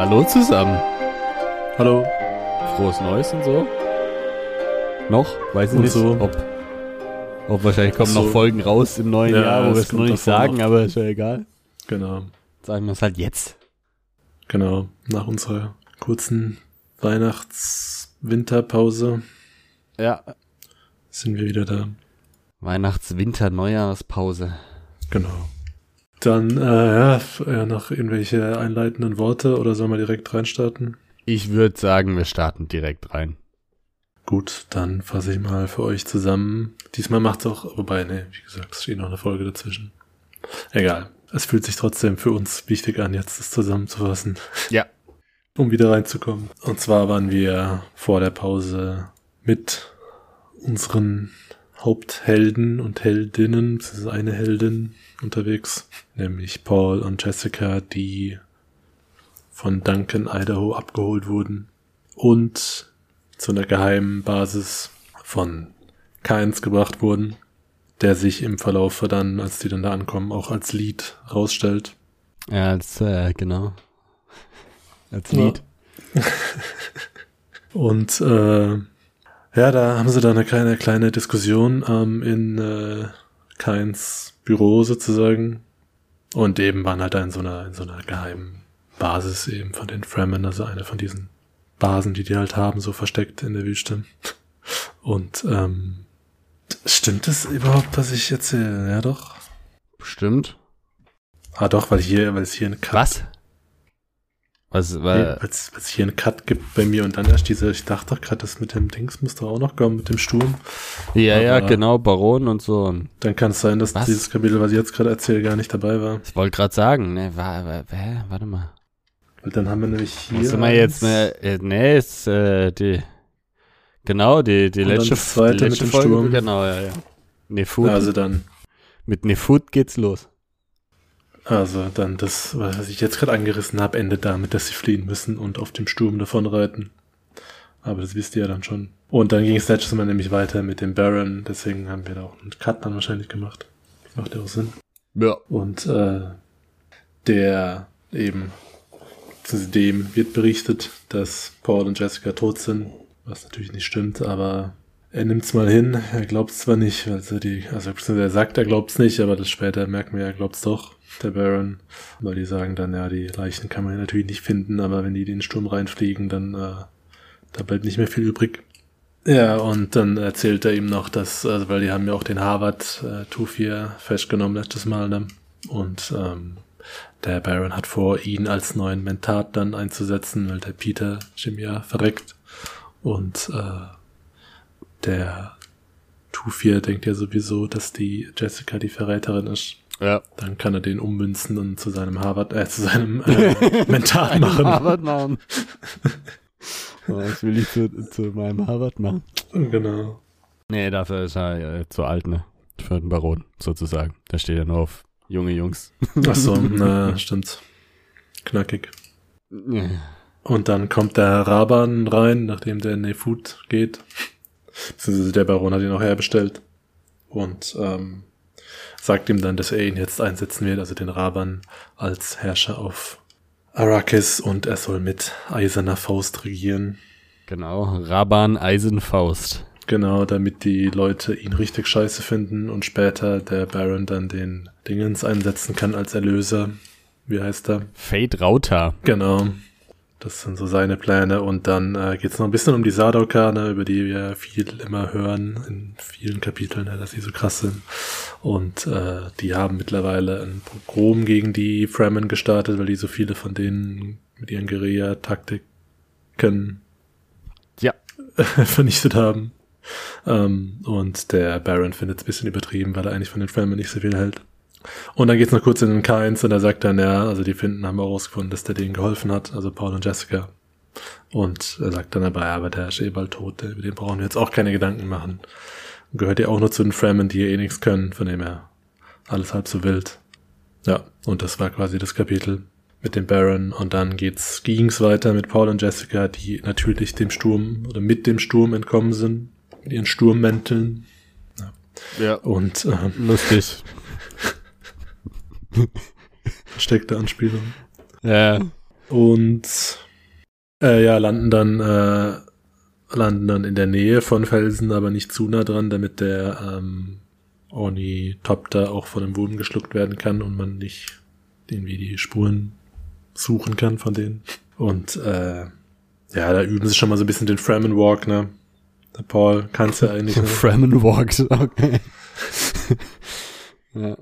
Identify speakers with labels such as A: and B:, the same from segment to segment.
A: Hallo zusammen.
B: Hallo.
A: Frohes Neues und so. Noch? Weiß ich
B: Und
A: nicht,
B: so.
A: ob, ob wahrscheinlich kommen
B: Und
A: noch
B: so.
A: Folgen raus im neuen
B: Ja,
A: Jahr, wo
B: es
A: wir es noch
B: kommt
A: nicht
B: davor
A: sagen,
B: noch.
A: aber ist ja egal.
B: Genau,
A: Sagen wir es halt jetzt.
B: genau. Nach unserer kurzen Weihnachts-Winterpause
A: Ja.
B: sind wir wieder da.
A: Weihnachts-, Winter-, Neujahrspause.
B: Genau. Dann, äh, ja, f- äh, noch irgendwelche einleitenden Worte oder sollen wir direkt reinstarten?
A: Ich würde sagen, wir starten direkt rein.
B: Gut, dann fasse ich mal für euch zusammen. Diesmal macht's auch, wobei, ne, wie gesagt, es steht noch eine Folge dazwischen. Egal. Es fühlt sich trotzdem für uns wichtig an, jetzt das zusammenzufassen.
A: Ja.
B: Um wieder reinzukommen. Und zwar waren wir vor der Pause mit unseren Haupthelden und Heldinnen, beziehungsweise eine Heldin unterwegs, nämlich Paul und Jessica, die von Duncan, Idaho abgeholt wurden und zu einer geheimen Basis von Kainz gebracht wurden, der sich im Verlauf dann, als die dann da ankommen, auch als Lied rausstellt.
A: Ja, als, äh, genau. Als
B: Ja.
A: Lied.
B: Und äh, ja, da haben sie dann eine kleine, kleine Diskussion ähm, in äh, Kainz Büro sozusagen. Und eben waren halt da in so einer, in so einer geheimen Basis eben von den Fremen, also eine von diesen Basen, die die halt haben, so versteckt in der Wüste. Und ähm, stimmt es überhaupt, was ich erzähle? Ja, doch.
A: Bestimmt.
B: Ah, doch, weil hier, weil es hier einen Cut
A: Was? Was,
B: Nee,
A: weil,
B: Weil es hier einen Cut gibt bei mir und dann erst diese, ich dachte doch gerade, das mit dem Dings muss doch auch noch kommen, mit dem Sturm.
A: ja, ja,
B: aber-
A: genau, Baron und so.
B: Dann kann es sein, dass
A: Was?
B: dieses Kapitel, was ich jetzt gerade erzähle, gar nicht dabei war.
A: Ich wollte gerade sagen, ne, war, war, hä, warte mal.
B: Weil dann haben wir nämlich hier.
A: Sind wir jetzt, ne, äh, nee, ist, äh, die, genau, die, die
B: Und dann
A: letzte,
B: das zweite
A: die letzte
B: mit dem Sturm.
A: Genau, ja, ja. Nefut,
B: Ja, Also dann,
A: mit Nefut geht's los.
B: also dann das, was ich jetzt gerade angerissen habe, endet damit, dass sie fliehen müssen und auf dem Sturm davonreiten. Aber das wisst ihr ja dann schon. Und dann ging es letztes Mal nämlich weiter mit dem Baron, deswegen haben wir da auch einen Cut dann wahrscheinlich gemacht. Macht ja auch Sinn.
A: Ja.
B: Und äh, der eben, beziehungsweise dem wird berichtet, dass Paul und Jessica tot sind, was natürlich nicht stimmt, aber er nimmt's mal hin, er glaubt's zwar nicht, also die, also beziehungsweise er sagt, er glaubt's nicht, aber das später merken wir, er glaubt's doch, der Baron, weil die sagen dann, ja, die Leichen kann man natürlich nicht finden, aber wenn die in den Sturm reinfliegen, dann äh, da bleibt nicht mehr viel übrig. Ja, und dann erzählt er ihm noch, dass, also weil die haben ja auch den Harvard äh, Tufir festgenommen letztes Mal, ne? Und ähm, der Baron hat vor, ihn als neuen Mentat dann einzusetzen, weil der Peter Jim ja verreckt. Und äh, der Tufir denkt ja sowieso, dass die Jessica die Verräterin ist.
A: Ja.
B: Dann kann er den ummünzen und zu seinem Harvard, äh, zu seinem äh, Mentat machen.
A: Harvard machen. Oh, das will ich zu, zu meinem Harvard machen.
B: Genau.
A: Nee, dafür ist er äh, zu alt, ne? Für den Baron, sozusagen. Da steht ja nur auf junge Jungs.
B: Ach so, na, stimmt. Knackig.
A: Ja,
B: Und dann kommt der Raban rein, nachdem der Nefut geht. Beziehungsweise der Baron hat ihn auch herbestellt. Und ähm, sagt ihm dann, dass er ihn jetzt einsetzen wird, also den Raban, als Herrscher auf Arrakis und er soll mit eiserner Faust regieren.
A: genau, Raban Eisenfaust.
B: Genau, damit die Leute ihn richtig scheiße finden und später der Baron dann den Dingens einsetzen kann als Erlöser. Wie heißt er?
A: Fate Rauta.
B: Genau. Das sind so seine Pläne. Und dann äh, geht's noch ein bisschen um die Sardaukane, über die wir viel immer hören in vielen Kapiteln, ja, dass sie so krass sind. Und äh, die haben mittlerweile ein Pogrom gegen die Fremen gestartet, weil die so viele von denen mit ihren Guerilla-Taktiken
A: Ja.
B: vernichtet haben. Ähm, und der Baron findet es ein bisschen übertrieben, weil er eigentlich von den Fremen nicht so viel hält. Und dann geht's noch kurz in den K1 und er sagt dann, ja, also die finden, haben herausgefunden, dass der denen geholfen hat, also Paul und Jessica. Und er sagt dann aber, ja, aber der ist eh bald tot, über den brauchen wir jetzt auch keine Gedanken machen. Gehört ja auch nur zu den Fremen, die ja eh nichts können, von dem her alles halb so wild. Ja, und das war quasi das Kapitel mit dem Baron. Und dann geht's, ging's weiter mit Paul und Jessica, die natürlich dem Sturm oder mit dem Sturm entkommen sind, mit ihren Sturmmänteln.
A: Ja.
B: Und ähm,
A: Lustig.
B: versteckte Anspielung.
A: Ja.
B: Und äh, ja, landen dann, äh, landen dann in der Nähe von Felsen, aber nicht zu nah dran, damit der ähm, Ornithopter auch von dem Boden geschluckt werden kann und man nicht irgendwie die Spuren suchen kann von denen. Und äh, ja, da üben sie schon mal so ein bisschen den Fremen Walk, ne? Der Paul kann's ja eigentlich.
A: So
B: Ne?
A: Fremen Walks, okay. ja.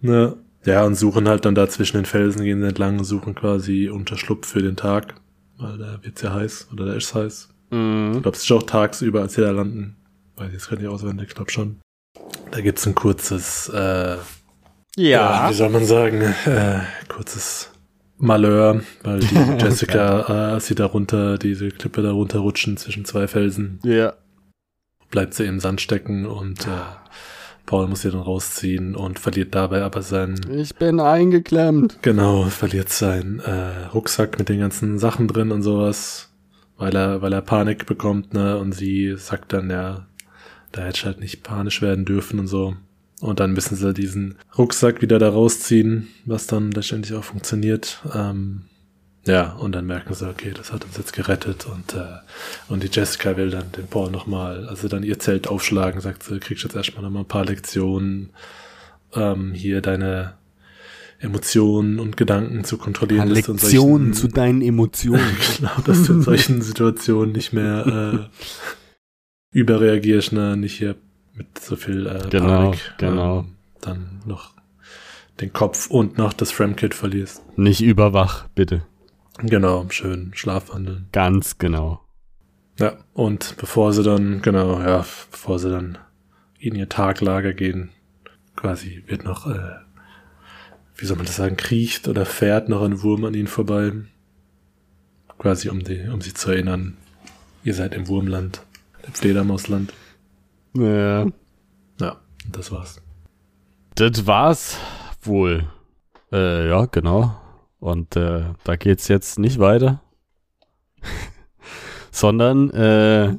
B: Ne? Ja, und suchen halt dann da zwischen den Felsen, gehen sie entlang und suchen quasi Unterschlupf für den Tag. Weil da wird's ja heiß oder da ist heiß. Ich
A: Mhm.
B: glaube, es ist Ne, auch tagsüber, als sie da landen. Weil jetzt kann ich auswendig, ich glaube schon. Da gibt's ein kurzes, äh,
A: Ja.
B: wie soll man sagen, äh, kurzes Malheur, weil die Jessica, äh, als sie darunter, diese Klippe darunter rutschen zwischen zwei Felsen,
A: Ja.
B: bleibt sie im Sand stecken und äh, Paul muss sie dann rausziehen und verliert dabei aber seinen
A: Ich bin eingeklemmt.
B: Genau, verliert seinen äh, Rucksack mit den ganzen Sachen drin und sowas, weil er, weil er Panik bekommt, ne? Und sie sagt dann, ja, da hätte ich halt nicht panisch werden dürfen und so. Und dann müssen sie diesen Rucksack wieder da rausziehen, was dann letztendlich auch funktioniert. Ähm, ja, und dann merken sie, okay, das hat uns jetzt gerettet und, äh, und die Jessica will dann den Paul nochmal, also dann ihr Zelt aufschlagen, sagt sie, kriegst jetzt erstmal nochmal ein paar Lektionen, ähm, hier deine Emotionen und Gedanken zu kontrollieren. dass du in
A: Lektionen
B: solchen-
A: zu deinen Emotionen.
B: genau, dass du in solchen Situationen nicht mehr äh, überreagierst, ne? nicht hier mit so viel äh,
A: Genau,
B: Panik,
A: genau.
B: Ähm, dann noch den Kopf und noch das Fremdkit verlierst.
A: Nicht überwach, bitte.
B: Genau, schön schlafwandeln.
A: Ganz genau.
B: Ja, und bevor sie dann, genau, ja, bevor sie dann in ihr Taglager gehen, quasi wird noch, äh, wie soll man das sagen, kriecht oder fährt noch ein Wurm an ihnen vorbei. Quasi, um, die, um sie zu erinnern, ihr seid im Wurmland, im Fledermausland.
A: Ja.
B: Ja, und das war's.
A: Das war's wohl. Äh, ja, genau. Und äh, da geht's jetzt nicht weiter. Sondern äh,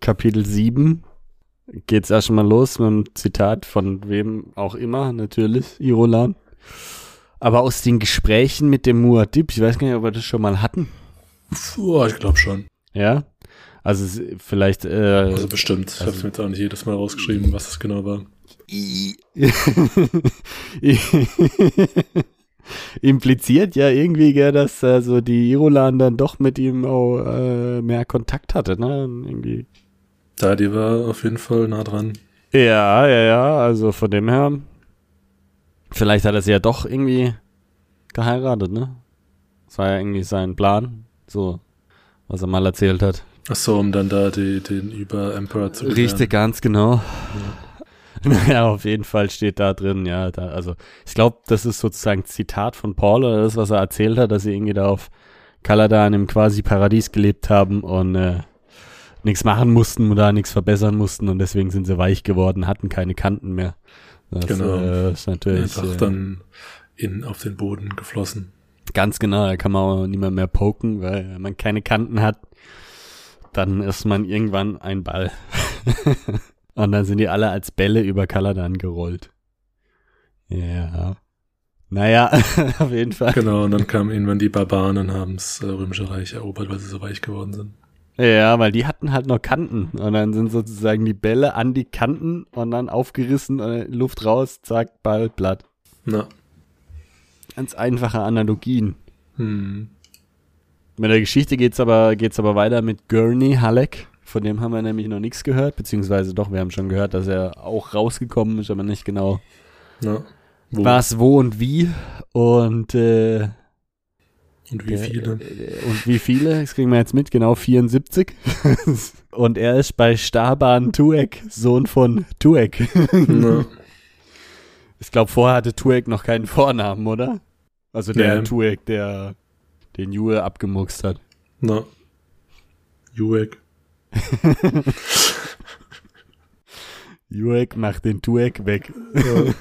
A: Kapitel 7 geht's erstmal los mit einem Zitat von wem auch immer, natürlich, Irolan. Aber aus den Gesprächen mit dem Muad'Dib, ich weiß gar nicht, ob wir das schon mal hatten.
B: Puh, ich glaube schon.
A: Ja. Also es- vielleicht äh,
B: Also bestimmt. Ich hab's mir jetzt auch nicht jedes Mal rausgeschrieben, was es genau war.
A: I- impliziert ja irgendwie, gell, dass äh, so die Irolan dann doch mit ihm auch äh, mehr Kontakt hatte, ne? Irgendwie.
B: Da, die war auf jeden Fall nah dran.
A: Ja, ja, ja, also von dem her. Vielleicht hat er sie ja doch irgendwie geheiratet, ne? Das war ja irgendwie sein Plan, so, was er mal erzählt hat.
B: Ach so, um dann da die, den Über-Emperor zu klären.
A: Richtig, ganz genau. Naja, auf jeden Fall steht da drin, ja, da, also ich glaube, das ist sozusagen Zitat von Paul oder das, was er erzählt hat, dass sie irgendwie da auf Kaladan im quasi Paradies gelebt haben und äh, nichts machen mussten und da nichts verbessern mussten und deswegen sind sie weich geworden, hatten keine Kanten mehr. Das
B: Genau.
A: äh, ist natürlich
B: einfach
A: äh,
B: dann in, auf den Boden geflossen.
A: ganz genau, da kann man auch niemand mehr poken, weil wenn man keine Kanten hat, dann ist man irgendwann ein Ball. Und dann sind die alle als Bälle über Kaladan gerollt. Ja. Naja, auf jeden Fall.
B: Genau, und dann kamen irgendwann die Barbaren und haben das äh, Römische Reich erobert, weil sie so weich geworden sind.
A: Ja, weil die hatten halt noch Kanten. Und dann sind sozusagen die Bälle an die Kanten und dann aufgerissen, und dann Luft raus, zack, Ball, Blatt.
B: Na.
A: Ganz einfache Analogien.
B: Hm.
A: Mit der Geschichte geht's aber, geht's aber weiter mit Gurney Halleck. Von dem haben wir nämlich noch nichts gehört, beziehungsweise doch, wir haben schon gehört, dass er auch rausgekommen ist, aber nicht genau
B: Na. Wo
A: was, wo und wie. Und, äh,
B: und wie viele?
A: äh, Und wie viele? Das kriegen wir jetzt mit, genau 74. und er ist bei Staban Tuek, Sohn von Tuek.
B: Na.
A: Ich glaube, vorher hatte Tuek noch keinen Vornamen, oder? Also der
B: Nee.
A: Tuek, der den Jue abgemuxt hat.
B: Na. Juwek.
A: Juek macht den Tuek weg.
B: Ja.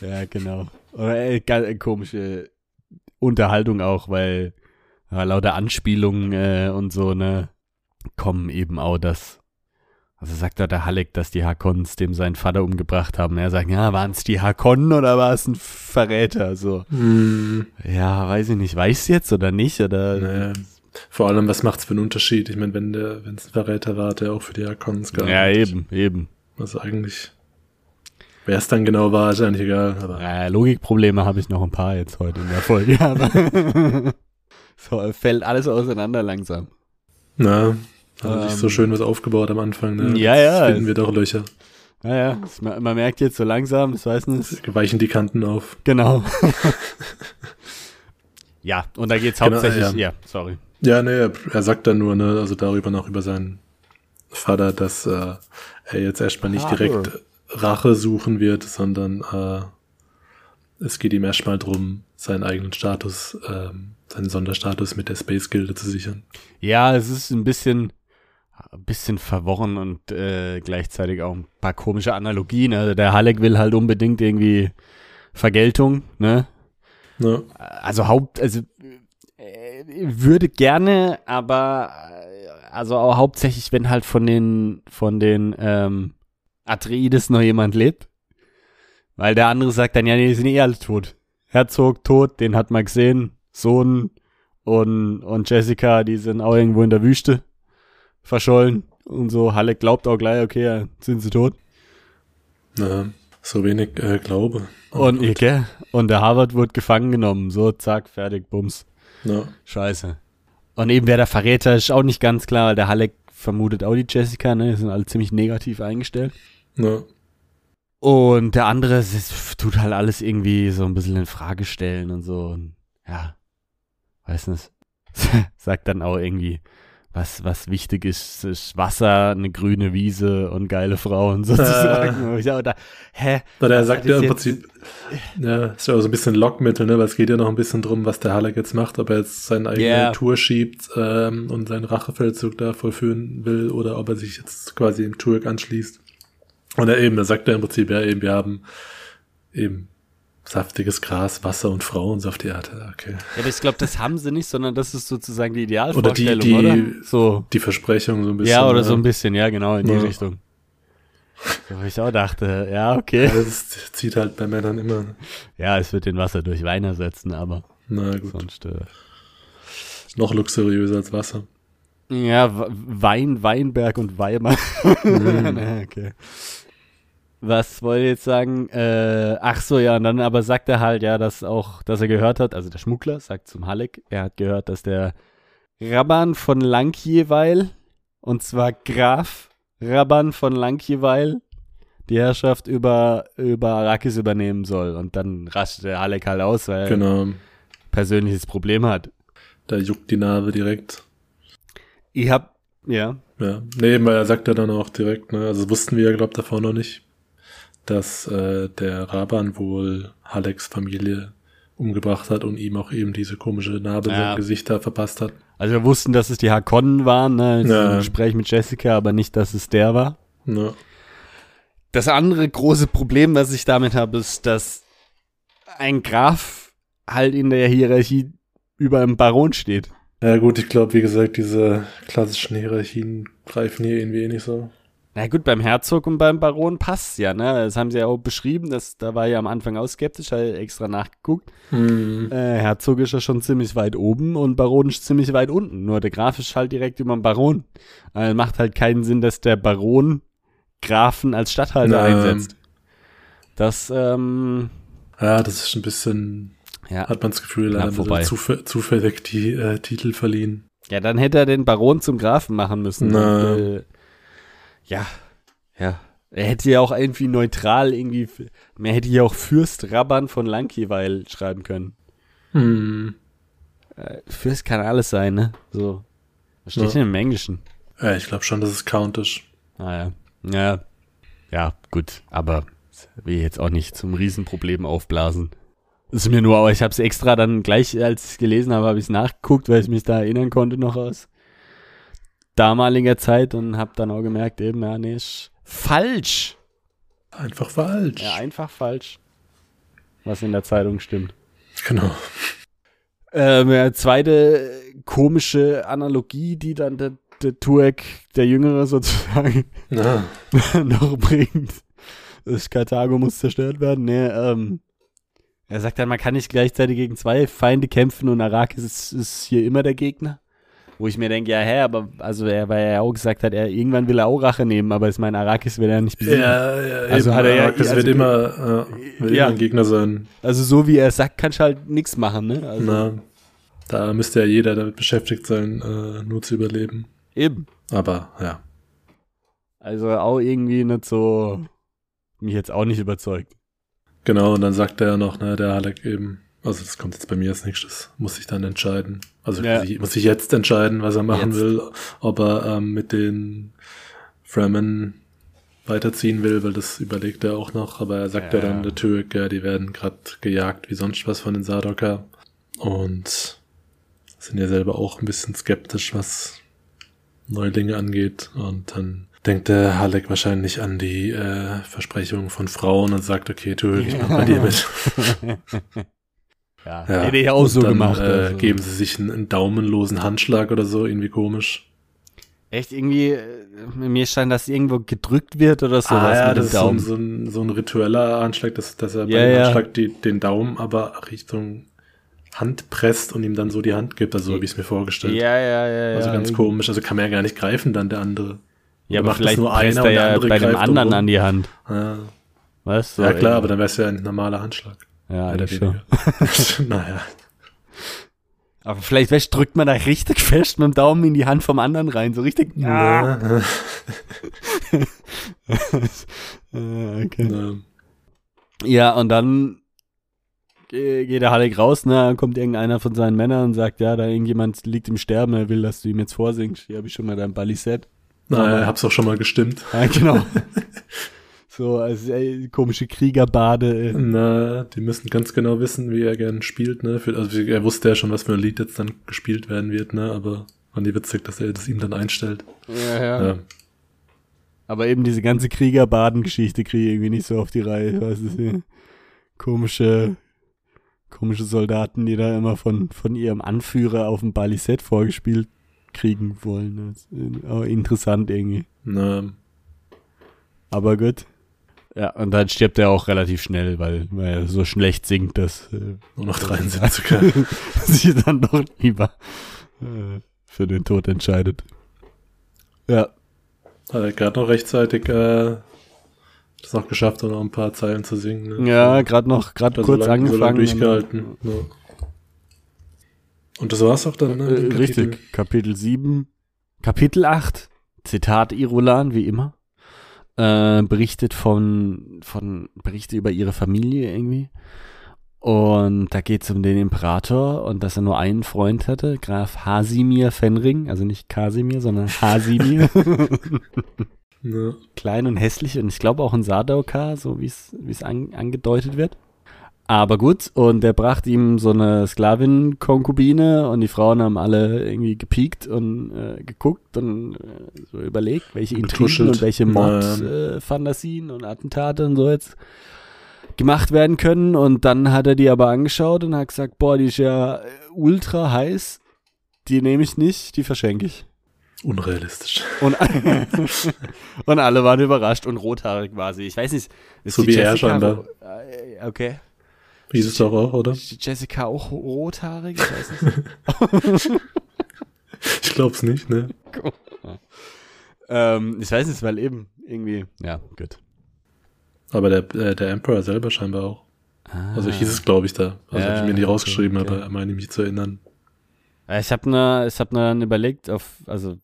A: ja, genau. Oder äh, ga- komische Unterhaltung auch, weil ja, lauter Anspielungen äh, und so, ne, kommen eben auch das. Also sagt doch der Halleck, dass die Hakons dem seinen Vater umgebracht haben. Er sagt, ja, waren es die Hakonnen oder war es ein Verräter? So,
B: Hm,
A: ja, weiß ich nicht, weiß jetzt oder nicht? Oder
B: nee. Vor allem, was macht's für einen Unterschied? Ich meine, wenn der, wenn es ein Verräter war, hat er auch für die Akons
A: Ja, eben, eben.
B: Also eigentlich, wer es dann genau war, ist eigentlich egal. Aber
A: Äh, Logikprobleme habe ich noch ein paar jetzt heute in der Folge. Aber so fällt alles auseinander langsam.
B: na, hat sich so
A: Ähm.
B: schön was aufgebaut am Anfang. Ne?
A: Ja,
B: Jetzt
A: ja.
B: Finden wir doch Löcher.
A: Naja, es- man, man merkt jetzt so langsam, das weiß nicht.
B: Weichen die Kanten auf.
A: Genau. ja, und da geht's
B: Genau,
A: hauptsächlich.
B: ja.
A: ja. sorry.
B: Ja, nee, er, er sagt dann nur, ne, also darüber noch über seinen Vater, dass äh, er jetzt erstmal nicht
A: Rache.
B: direkt Rache suchen wird, sondern äh, es geht ihm erstmal drum, seinen eigenen Status, ähm, seinen Sonderstatus mit der Space Gilde zu sichern.
A: Ja, es ist ein bisschen, ein bisschen verworren und äh, gleichzeitig auch ein paar komische Analogien. Also der Halleck will halt unbedingt irgendwie Vergeltung, ne?
B: Ne?
A: Also Haupt, also äh, würde gerne, aber äh, also auch hauptsächlich, wenn halt von den von den ähm, Atreides noch jemand lebt, weil der andere sagt dann ja, nee, die sind eh alle tot. Herzog tot, den hat man gesehen, Sohn und und Jessica, die sind auch irgendwo in der Wüste verschollen und so. Halle glaubt auch gleich, okay, ja, sind sie tot.
B: Ne? So wenig äh, Glaube.
A: Und, und, und der Harvard wird gefangen genommen. So, zack, fertig, bums.
B: Ne?
A: Scheiße. Und eben wer der Verräter ist, auch nicht ganz klar, weil der Halleck vermutet auch die Jessica, ne? Die sind alle ziemlich negativ eingestellt.
B: Ne?
A: Und der andere es ist, tut halt alles irgendwie so ein bisschen in Frage stellen und so. Und, ja, weiß nicht. Sagt dann auch irgendwie, was, was wichtig ist, ist Wasser, eine grüne Wiese und geile Frauen sozusagen. Äh. Ich sag, da, hä?
B: Weil er
A: Was
B: sagt
A: hat
B: ja
A: es
B: im
A: jetzt-
B: Prinzip, ja, ist ja auch so ein bisschen Lockmittel, ne? Weil es geht ja noch ein bisschen drum, was der Halleck jetzt macht, ob er jetzt seine eigene
A: Yeah.
B: Tour schiebt ähm, und seinen Rachefeldzug da vollführen will oder ob er sich jetzt quasi dem Turk anschließt. Und er eben, da sagt er im Prinzip, ja, eben, wir haben eben saftiges Gras, Wasser und Frauen so auf die Art. Ja, Okay.
A: Ja, aber ich glaube, das haben sie nicht, sondern das ist sozusagen die Idealvorstellung,
B: die-
A: oder? So.
B: Die Versprechung so ein bisschen.
A: Ja, oder so
B: äh,
A: ein bisschen, ja, genau, in die
B: Ja.
A: Richtung. Wo ich auch dachte, ja, okay.
B: Das zieht halt bei Männern immer. ne?
A: Ja, es wird den Wasser durch Wein ersetzen, aber
B: Na gut,
A: sonst. Äh,
B: ist noch luxuriöser als Wasser.
A: ja, W- Wein, Weinberg und Weimar. Ja, okay. Was wollte ich jetzt sagen? Äh, ach so, ja, und dann aber sagt er halt, ja, dass auch, dass er gehört hat, also der Schmuggler sagt zum Halleck, er hat gehört, dass der Rabban von Langjeweil, und zwar Graf Rabban von Langjeweil, die Herrschaft über, über Arrakis übernehmen soll. Und dann rastet der Halleck halt aus, weil er
B: Genau.
A: persönliches Problem hat.
B: Da juckt die Narbe direkt.
A: Ich hab, ja,
B: Ja, nee, weil er sagt ja dann auch direkt, ne, also wussten wir ja, glaub, davor noch nicht, dass äh, der Raban wohl Haleks Familie umgebracht hat und ihm auch eben diese komische Narbe
A: Ja.
B: im Gesicht da verpasst hat.
A: also wir wussten, dass es die Hakonnen waren, ne, im
B: Ja.
A: Gespräch mit Jessica, aber nicht, dass es der war.
B: Ne?
A: Das andere große Problem, was ich damit habe, ist, dass ein Graf halt in der Hierarchie über einem Baron steht.
B: Ja gut, ich glaube, wie gesagt, diese klassischen Hierarchien greifen hier irgendwie eh nicht so.
A: Na gut, beim Herzog und beim Baron passt ja, ne? Das haben sie ja auch beschrieben, das, da war ich ja am Anfang auch skeptisch, habe extra nachgeguckt.
B: Mhm.
A: Äh, Herzog ist ja schon ziemlich weit oben und Baron ist ziemlich weit unten. Nur der Graf ist halt direkt über dem Baron. Äh, macht halt keinen Sinn, dass der Baron Grafen als Statthalter
B: Na, ähm.
A: einsetzt. Das, ähm,
B: Ja, das ist ein bisschen,
A: ja.
B: hat man das Gefühl,
A: Knapp
B: leider ein bisschen
A: vorbei.
B: zufä zufällig die äh, Titel verliehen.
A: Ja, dann hätte er den Baron zum Grafen machen müssen.
B: Na.
A: Und, äh, ja, ja. Er hätte ja auch irgendwie neutral irgendwie, f- man hätte ja auch Fürst Rabban von Lankiweil schreiben können.
B: Mhm.
A: Äh, Fürst kann alles sein, ne? So. Was steht
B: Ja.
A: denn im Englischen?
B: Ja, ich glaube schon, dass es Count ist.
A: Ah ja. Ja. Ja, gut. Aber will jetzt auch nicht zum Riesenproblem aufblasen. Das ist mir nur, aber ich habe es extra dann gleich, als ich es gelesen habe, habe ich es nachgeguckt, weil ich mich da erinnern konnte noch aus damaliger Zeit und habe dann auch gemerkt, eben, ja, nee, ist falsch.
B: Einfach falsch.
A: Ja, einfach falsch. was in der Zeitung stimmt.
B: Genau.
A: Ähm, ja, zweite komische Analogie, die dann der, der Tuek, der Jüngere sozusagen,
B: Ah,
A: noch bringt. Das Karthago muss zerstört werden. Nee, ähm, er sagt dann, man kann nicht gleichzeitig gegen zwei Feinde kämpfen und Arrakis ist, ist hier immer der Gegner. Wo ich mir denke, ja, hä, aber, also, er, weil er ja auch gesagt hat, er, irgendwann will er auch Rache nehmen, aber ich meine, Arrakis will er nicht besiegen.
B: ja, ja,
A: Also
B: eben,
A: hat er ja-
B: Arrakis
A: also-
B: wird immer, äh, wird
A: Ja.
B: immer ein Gegner sein.
A: Also, so wie er es sagt, kannst du halt nichts machen, ne? Also,
B: Na, da müsste ja jeder damit beschäftigt sein, äh, nur zu überleben.
A: eben.
B: Aber ja.
A: Also auch irgendwie nicht so mich jetzt auch nicht überzeugt.
B: Genau, und dann sagt er ja noch, ne, der Halleck eben, also das kommt jetzt bei mir als nächstes, muss sich dann entscheiden. Also
A: Ja.
B: quasi muss sich jetzt entscheiden, was er machen
A: Jetzt.
B: will, ob er ähm, mit den Fremen weiterziehen will, weil das überlegt er auch noch, aber er sagt ja,
A: Ja.
B: dann, der Türk, ja, die werden gerade gejagt wie sonst was von den Sardoker und sind ja selber auch ein bisschen skeptisch, was Neulinge angeht. Und dann denkt der Halleck wahrscheinlich an die äh, Versprechungen von Frauen und sagt, okay, Türk, ich mach bei dir mit.
A: Ja,
B: Ja.
A: hätte ich auch
B: Und
A: so
B: dann,
A: gemacht.
B: Äh,
A: also.
B: Geben sie sich einen, einen daumenlosen Handschlag oder so, irgendwie komisch.
A: Echt irgendwie, äh, mir scheint, dass irgendwo gedrückt wird oder sowas mit
B: Ah, ne?
A: dem
B: das ist so ein,
A: Ah, Daumen.
B: so, ein, so ein ritueller Handschlag, dass, dass er bei
A: Ja,
B: dem
A: ja.
B: Handschlag die, den Daumen aber Richtung Hand presst und ihm dann so die Hand gibt, also so habe ich es mir vorgestellt.
A: ja, ja, ja, ja.
B: also ganz
A: irgendwie.
B: komisch, also kann man ja gar nicht greifen dann der andere.
A: Ja,
B: Oder
A: aber
B: macht das
A: vielleicht
B: nur
A: presst er
B: einer und der
A: ja
B: andere
A: bei dem
B: greift
A: anderen
B: irgendwo?
A: an die Hand.
B: Ja,
A: Weißt du?
B: ja klar, aber
A: irgendwie.
B: dann wäre es ja ein normaler Handschlag.
A: Ja,
B: mehr
A: eigentlich schon.
B: weniger. naja.
A: Aber vielleicht weißt, du, drückt man da richtig fest mit dem Daumen in die Hand vom anderen rein. So richtig. Ah.
B: Ja.
A: Äh, okay.
B: Ja.
A: Ja, und dann ge- geht der Halleck raus, ne, dann kommt irgendeiner von seinen Männern und sagt, ja, da irgendjemand liegt im Sterben, er will, dass du ihm jetzt vorsingst. Hier habe ich schon mal dein Balisett.
B: Naja, hab's auch schon mal gestimmt.
A: Ja, genau. so, also ey, komische Kriegerbade. Ey.
B: Na, die müssen ganz genau wissen, wie er gern spielt, ne? Für, also er wusste ja schon, was für ein Lied jetzt dann gespielt werden wird, ne? Aber fand ich witzig, dass er das ihm dann einstellt.
A: Ja, ja.
B: Ja.
A: Aber eben diese ganze Kriegerbaden-Geschichte kriege ich irgendwie nicht so auf die Reihe. Weißt du, die komische, komische Soldaten, die da immer von, von ihrem Anführer auf dem Balisett vorgespielt kriegen wollen. ne. Das ist, äh, auch interessant irgendwie.
B: Na,
A: Aber gut. Ja, und dann stirbt er auch relativ schnell, weil, weil er so schlecht singt, dass äh,
B: nur noch 73er.
A: sich dann doch lieber äh, für den Tod entscheidet. Ja,
B: Hat er gerade noch rechtzeitig äh, das noch geschafft, um noch ein paar Zeilen zu singen. Ne?
A: ja gerade noch, gerade
B: Hat er
A: kurz
B: so lang, So lang
A: angefangen. ne?
B: durchgehalten. Ja. Und das war's auch dann,
A: Äh,
B: ne? mit dem Kapitel.
A: richtig, Kapitel 7, Kapitel 8, Zitat Irulan, wie immer, äh, berichtet von, von, Berichte über ihre Familie irgendwie. Und da geht es um den Imperator und dass er nur einen Freund hatte, Graf Hasimir Fenring, also nicht Kasimir, sondern Hasimir.
B: Ne?
A: Klein und hässlich und ich glaube auch ein Sardaukar, so wie es wie es an, angedeutet wird. Aber gut, und der brachte ihm so eine Sklavin-Konkubine und die Frauen haben alle irgendwie gepiekt und äh, geguckt und äh, so überlegt, welche Intrigen
B: Getuschelt.
A: und welche
B: Naja.
A: Mordfantasien und Attentate und so jetzt gemacht werden können. Und dann hat er die aber angeschaut und hat gesagt, boah, die ist ja äh, ultra heiß, die nehme ich nicht, die verschenke ich.
B: Unrealistisch.
A: Und, und alle waren überrascht und rothaarig war sie. Ich weiß nicht, ist
B: So
A: die
B: wie er ne?
A: Jessica
B: scheinbar.
A: ro- äh, Okay.
B: Hieß es doch auch, oder?
A: Ist die Jessica auch ho- rothaarig? Ich weiß nicht.
B: Ich glaub's nicht, ne?
A: ähm, ich weiß nicht, weil eben irgendwie. Ja, gut.
B: Aber der, äh, der Emperor selber scheinbar auch. Also hieß es, glaube ich, da. Also
A: Ah. Ja,
B: hab ich mir nicht
A: okay,
B: rausgeschrieben,
A: okay.
B: aber meine mich zu erinnern.
A: Äh, Ich habe ne, ich hab ne überlegt, auf, also,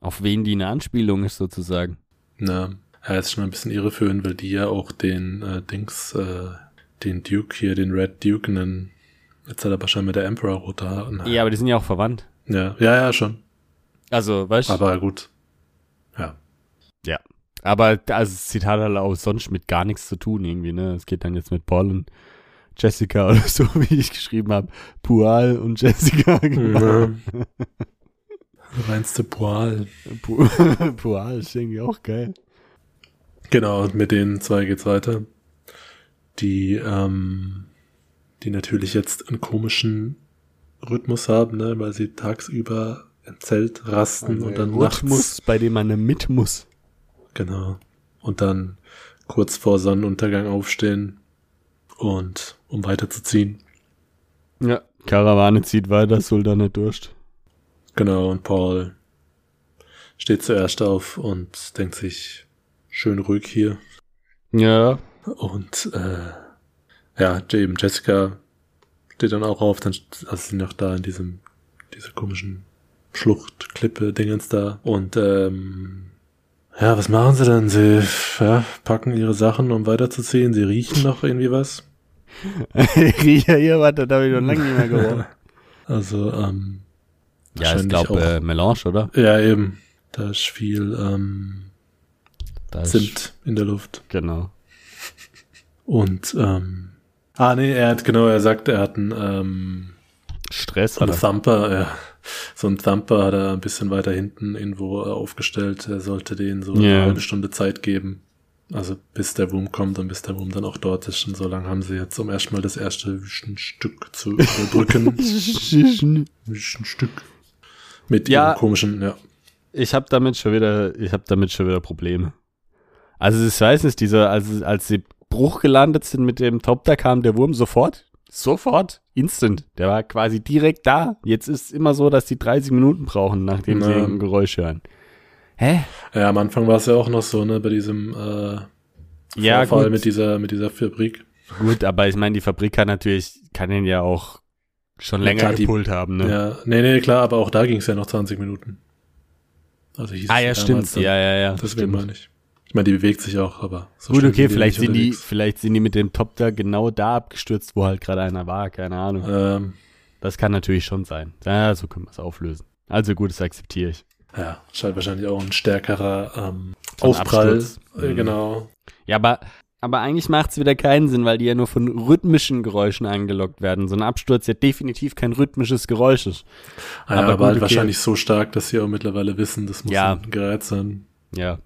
A: auf wen die eine Anspielung ist sozusagen.
B: Na, ja, ist schon ein bisschen irreführend, weil die ja auch den äh, Dings, äh, den Duke hier, den Red Duke nennen. Jetzt hat aber scheinbar der Emperor rote Haare. Na,
A: Ja, aber die sind ja auch verwandt.
B: ja. Ja, ja, schon.
A: Also, weißt du?
B: Aber gut. Ja.
A: Aber also das Zitat hat auch sonst mit gar nichts zu tun irgendwie, ne? Es geht dann jetzt mit Paul und Jessica oder so, wie ich geschrieben habe. Pual und Jessica. genau.
B: Na. Reinste Poal.
A: Pu Pual ist irgendwie auch geil.
B: Genau, und mit den zwei geht's weiter. die, ähm, die natürlich jetzt einen komischen Rhythmus haben, ne? weil sie tagsüber im Zelt rasten und dann nachts.
A: Rhythmus, bei dem man mit muss.
B: Genau. Und dann kurz vor Sonnenuntergang aufstehen und um weiterzuziehen.
A: Ja, Karawane zieht weiter, Sultan Durst.
B: Genau, und Paul steht zuerst auf und denkt sich, schön ruhig hier.
A: Ja,
B: Und äh, ja, eben Jessica steht dann auch auf, dann st- also sind noch da in diesem, dieser komischen Schlucht, Klippe, Dingens da. Und ähm, ja, was machen sie denn? Sie ja, packen ihre Sachen, um weiterzuziehen. Sie riechen noch irgendwie was.
A: Riecher hier, warte, da habe ich schon lange nicht mehr gerochen.
B: Also, ähm,
A: ja, ich
B: wahrscheinlich
A: glaube
B: auch-
A: äh, Melange, oder?
B: ja, eben. Da ist viel ähm,
A: Da ist-
B: Zimt in der Luft.
A: Genau.
B: Und ähm, ah nee, er hat genau, er sagt, er hat einen ähm,
A: Stress,
B: Ein
A: oder?
B: Thumper, ja. So ein Thumper hat er ein bisschen weiter hinten irgendwo äh, aufgestellt. Er sollte denen so eine
A: Ja.
B: halbe Stunde Zeit geben. Also bis der Wurm kommt und bis der Wurm dann auch dort ist. Und so lange haben sie jetzt, um erstmal das erste Stück zu überbrücken. ein Stück. Mit
A: Ja.
B: ihrem komischen, ja.
A: ich habe damit schon wieder, ich habe damit schon wieder Probleme. Also ich weiß nicht, dieser, als, als sie Bruch gelandet sind mit dem Top, da kam der Wurm sofort, sofort, instant. Der war quasi direkt da. Jetzt ist es immer so, dass die 30 Minuten brauchen, nachdem sie
B: Ja.
A: irgendein Geräusch hören. Hä?
B: Ja, am Anfang war es ja auch noch so, ne, bei diesem äh,
A: Ja,
B: Vorfall
A: gut.
B: mit dieser, mit dieser Fabrik.
A: Gut, aber ich meine, die Fabrik hat natürlich, kann ihn ja auch schon länger
B: klar, die-
A: gepult haben, ne?
B: Ja, nee, nee, klar, aber auch da ging es ja noch 20 Minuten. Also hieß
A: Ah
B: es
A: ja,
B: damals
A: stimmt.
B: dann.
A: Ja, ja, ja.
B: Deswegen
A: stimmt.
B: meine ich. Ich meine, die bewegt sich auch, aber so
A: Gut,
B: schnell
A: okay,
B: die
A: vielleicht
B: nicht
A: sind die,
B: unterwegs.
A: vielleicht sind die mit dem Top da genau da abgestürzt, wo halt gerade einer war, keine Ahnung.
B: Ähm,
A: Das kann natürlich schon sein. Ja, so können wir es auflösen. Also gut, das akzeptiere ich.
B: ja, scheint wahrscheinlich auch ein stärkerer ähm,
A: So ein
B: Aufprall.
A: Absturz.
B: Äh,
A: Mhm.
B: Genau.
A: Ja, aber, aber eigentlich macht es wieder keinen Sinn, weil die ja nur von rhythmischen Geräuschen angelockt werden. So ein Absturz ja definitiv kein rhythmisches Geräusch ist.
B: Ah, ja,
A: Aber
B: aber
A: gut,
B: halt
A: okay.
B: wahrscheinlich so stark, dass sie auch mittlerweile wissen, das muss
A: Ja.
B: ein Gerät sein.
A: Ja.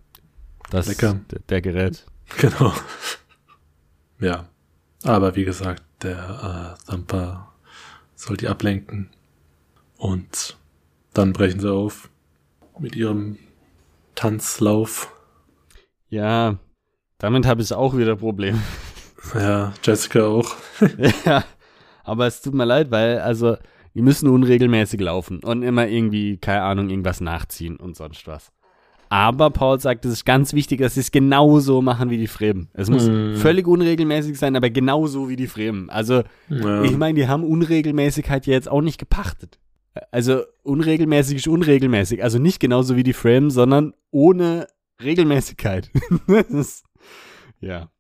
A: Das
B: Lecker.
A: d- der Gerät.
B: Genau. ja. Aber wie gesagt, der äh, Thumper soll die ablenken. Und dann brechen sie auf mit ihrem Tanzlauf.
A: Ja. Damit habe ich auch wieder Probleme.
B: Ja, Jessica auch.
A: ja, aber es tut mir leid, weil, also, die müssen unregelmäßig laufen und immer irgendwie, keine Ahnung, irgendwas nachziehen und sonst was. Aber Paul sagt, es ist ganz wichtig, dass sie es genauso machen wie die Fremen. Es muss
B: Mm.
A: Mhm. völlig unregelmäßig sein, aber genauso wie die Fremen. Also,
B: Ja.
A: ich meine, die haben Unregelmäßigkeit ja jetzt auch nicht gepachtet. Also, unregelmäßig ist unregelmäßig. Also nicht genauso wie die Fremen, sondern ohne Regelmäßigkeit. das ist, ja.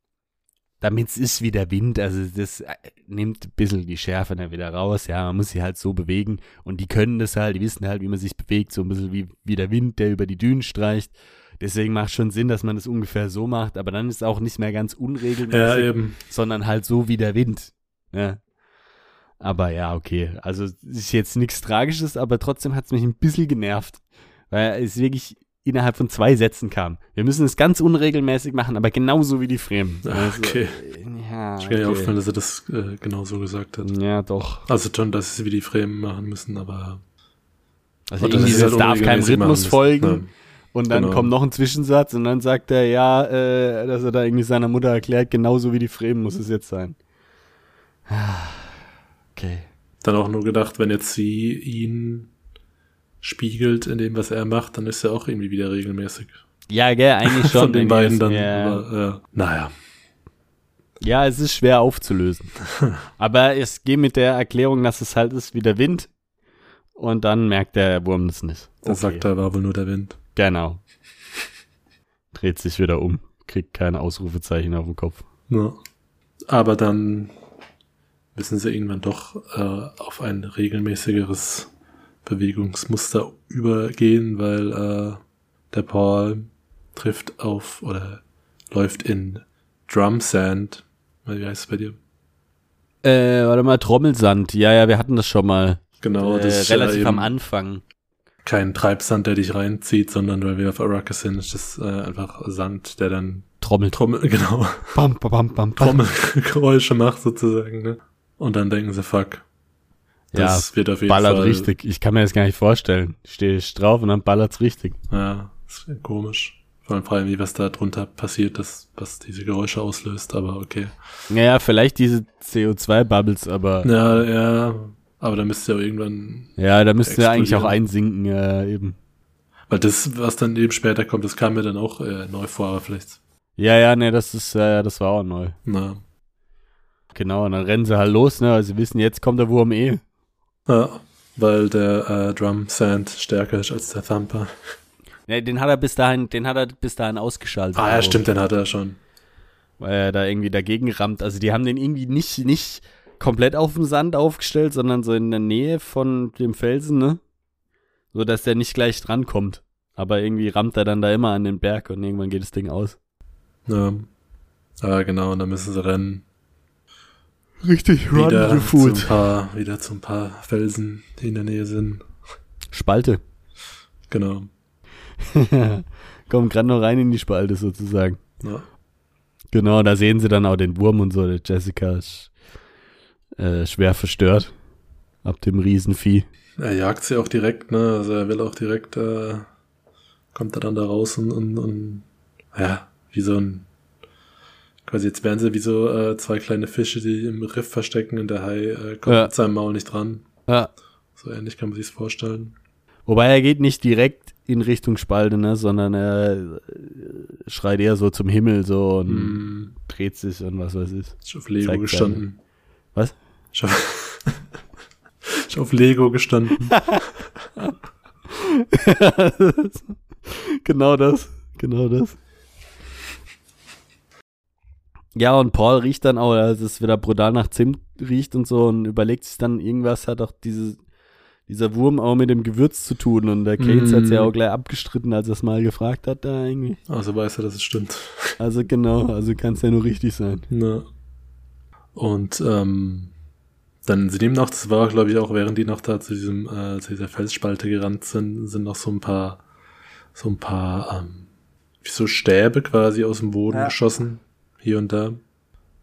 A: Damit es ist wie der Wind, also das äh, nimmt ein bisschen die Schärfe dann wieder raus. Ja, man muss sie halt so bewegen und die können das halt, die wissen halt, wie man sich bewegt, so ein bisschen wie, wie der Wind, der über die Dünen streicht. Deswegen macht schon Sinn, dass man das ungefähr so macht, aber dann ist es auch nicht mehr ganz
B: ja,
A: unregelmäßig,
B: eben.
A: sondern halt so wie der Wind. Ne? Aber ja, okay. Also es ist jetzt nichts Tragisches, aber trotzdem hat es mich ein bisschen genervt, weil es wirklich innerhalb von zwei Sätzen kam. Wir müssen es ganz unregelmäßig machen, aber genauso wie die Fremen. Also,
B: Ah, okay.
A: ja,
B: Ich kann ja aufhören,
A: okay.
B: dass er das äh, genau so gesagt hat.
A: ja, doch.
B: Also schon, dass sie wie die Fremen machen müssen, aber.
A: Also
B: oder dass
A: irgendwie
B: sie es
A: es darf keinem
B: unregelmäßig machen
A: Rhythmus
B: müssen.
A: folgen. Und dann
B: Genau.
A: kommt noch ein Zwischensatz und dann sagt er, ja, äh, dass er da irgendwie seiner Mutter erklärt, genauso wie die Fremen muss es jetzt sein. Ah, Okay.
B: Ja. Dann auch nur gedacht, wenn jetzt sie ihn spiegelt in dem, was er macht, dann ist er auch irgendwie wieder regelmäßig.
A: Ja, gell, eigentlich schon.
B: Von den
A: irgendwie
B: beiden
A: ist-
B: dann.
A: Ja,
B: Aber, ja. Naja.
A: ja, es ist schwer aufzulösen. Aber es geht mit der Erklärung, dass es halt ist wie der Wind. Und dann merkt der Wurm das nicht.
B: Dann sagt er, war wohl nur der Wind.
A: Genau. Dreht sich wieder um. Kriegt kein Ausrufezeichen auf den Kopf.
B: Ja. Aber dann müssen sie irgendwann doch äh, auf ein regelmäßigeres Bewegungsmuster übergehen, weil äh, der Paul trifft auf oder läuft in Drum Sand. Wie heißt es bei dir?
A: Äh, warte mal, Trommelsand. Ja, ja, wir hatten das schon mal.
B: Genau,
A: äh,
B: das ist
A: relativ
B: ja
A: am
B: eben
A: Anfang.
B: kein Treibsand, der dich reinzieht, sondern weil wir auf Arrakis sind, ist das äh, einfach Sand, der dann
A: trommelt.
B: Trommel, genau,
A: Bam, bam, bam, bam.
B: Trommelgeräusche macht sozusagen, ne? Und dann denken sie, fuck,
A: Ja,
B: das wird auf jeden
A: ballert
B: Fall.
A: richtig. Ich kann mir das gar nicht vorstellen. Stehe ich drauf und dann ballert's richtig.
B: Ja, ist komisch. Vor allem, vor allem, wie was da drunter passiert, das, was diese Geräusche auslöst, aber okay.
A: Naja, vielleicht diese CO2-Bubbles, aber ja,
B: Ja, ja, aber da müsste ja auch irgendwann,
A: da müsste ja eigentlich auch
B: Explodieren.
A: einsinken, ja, eben.
B: weil das, was dann eben später kommt, das kam mir dann auch äh, neu vor, aber vielleicht,
A: Ja, ja, nee, das ist, äh, das war auch neu.
B: na,
A: Genau, und dann rennen sie halt los, ne, weil sie wissen, jetzt kommt der Wurm eh.
B: ja, weil der äh, Drum Sand stärker ist als der Thumper.
A: Ne, den hat er bis dahin, den hat er bis dahin ausgeschaltet.
B: Ah, ja,
A: Also,
B: stimmt, den hat er schon.
A: Weil er da irgendwie dagegen rammt. Also die haben den irgendwie nicht, nicht komplett auf dem Sand aufgestellt, sondern so in der Nähe von dem Felsen, ne? So dass der nicht gleich drankommt. Aber irgendwie rammt er dann da immer an den Berg und irgendwann geht das Ding aus.
B: Ja, ja genau, und dann müssen sie rennen.
A: Richtig,
B: Wieder zu ein paar, wieder zu ein paar Felsen, die in der Nähe sind.
A: Spalte.
B: Genau.
A: Kommen gerade noch rein in die Spalte sozusagen.
B: Ja.
A: Genau, da sehen sie dann auch den Wurm und so. Der Jessica ist äh, schwer verstört. Ab dem Riesenvieh.
B: Er jagt sie auch direkt, ne? Also er will auch direkt, äh, kommt er dann da raus und, und, und ja, wie so ein quasi jetzt wären sie wie so äh, zwei kleine Fische, die im Riff verstecken und der Hai äh, kommt
A: Ja.
B: mit seinem Maul nicht dran.
A: Ja,
B: So ähnlich kann man sich's vorstellen.
A: Wobei er geht nicht direkt in Richtung Spalte, ne, sondern er äh, schreit eher so zum Himmel so und
B: Hm,
A: dreht sich und was weiß ich.
B: ist auf Lego
A: Zeigt
B: gestanden.
A: Was?
B: Ist auf, ist auf Lego gestanden.
A: genau das, genau das. Ja, und Paul riecht dann auch, dass es wieder brutal nach Zimt riecht und so und überlegt sich dann, irgendwas hat auch diese, dieser Wurm auch mit dem Gewürz zu tun und der Cates
B: Mm.
A: hat's ja auch gleich abgestritten, als er es mal gefragt hat da irgendwie.
B: Also weiß er, dass es stimmt.
A: Also genau, also kann es ja nur richtig sein.
B: Ja. Und ähm, dann sind eben noch, das war glaube ich auch, während die noch da zu diesem, äh, zu dieser Felsspalte gerannt sind, sind noch so ein paar, so ein paar, ähm, wie so Stäbe quasi aus dem Boden
A: Ja.
B: geschossen, hier und da.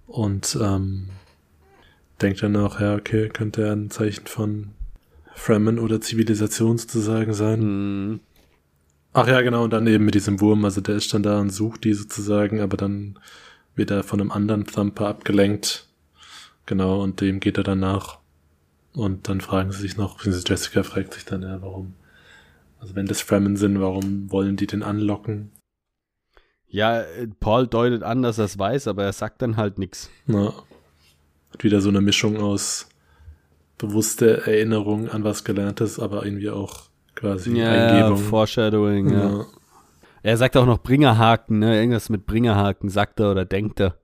B: Und ähm, denkt dann auch, ja, okay, könnte ja ein Zeichen von Fremen oder Zivilisation sozusagen sein.
A: Mhm.
B: Ach ja, genau, und dann eben mit diesem Wurm, also der ist dann da und sucht die sozusagen, aber dann wird er von einem anderen Thumper abgelenkt. Genau, und dem geht er dann nach. Und dann fragen sie sich noch, beziehungsweise Jessica fragt sich dann, ja, warum, also wenn das Fremen sind, warum wollen die den anlocken?
A: Ja, äh, Paul deutet an, dass er es weiß, aber er sagt dann halt nichts.
B: Na, hat wieder so eine Mischung aus bewusster Erinnerung an was Gelerntes, aber irgendwie auch quasi Eingebung.
A: Foreshadowing, ja.
B: Ja.
A: Er sagt auch noch Bringerhaken, ne? Irgendwas mit Bringerhaken sagt er oder denkt er.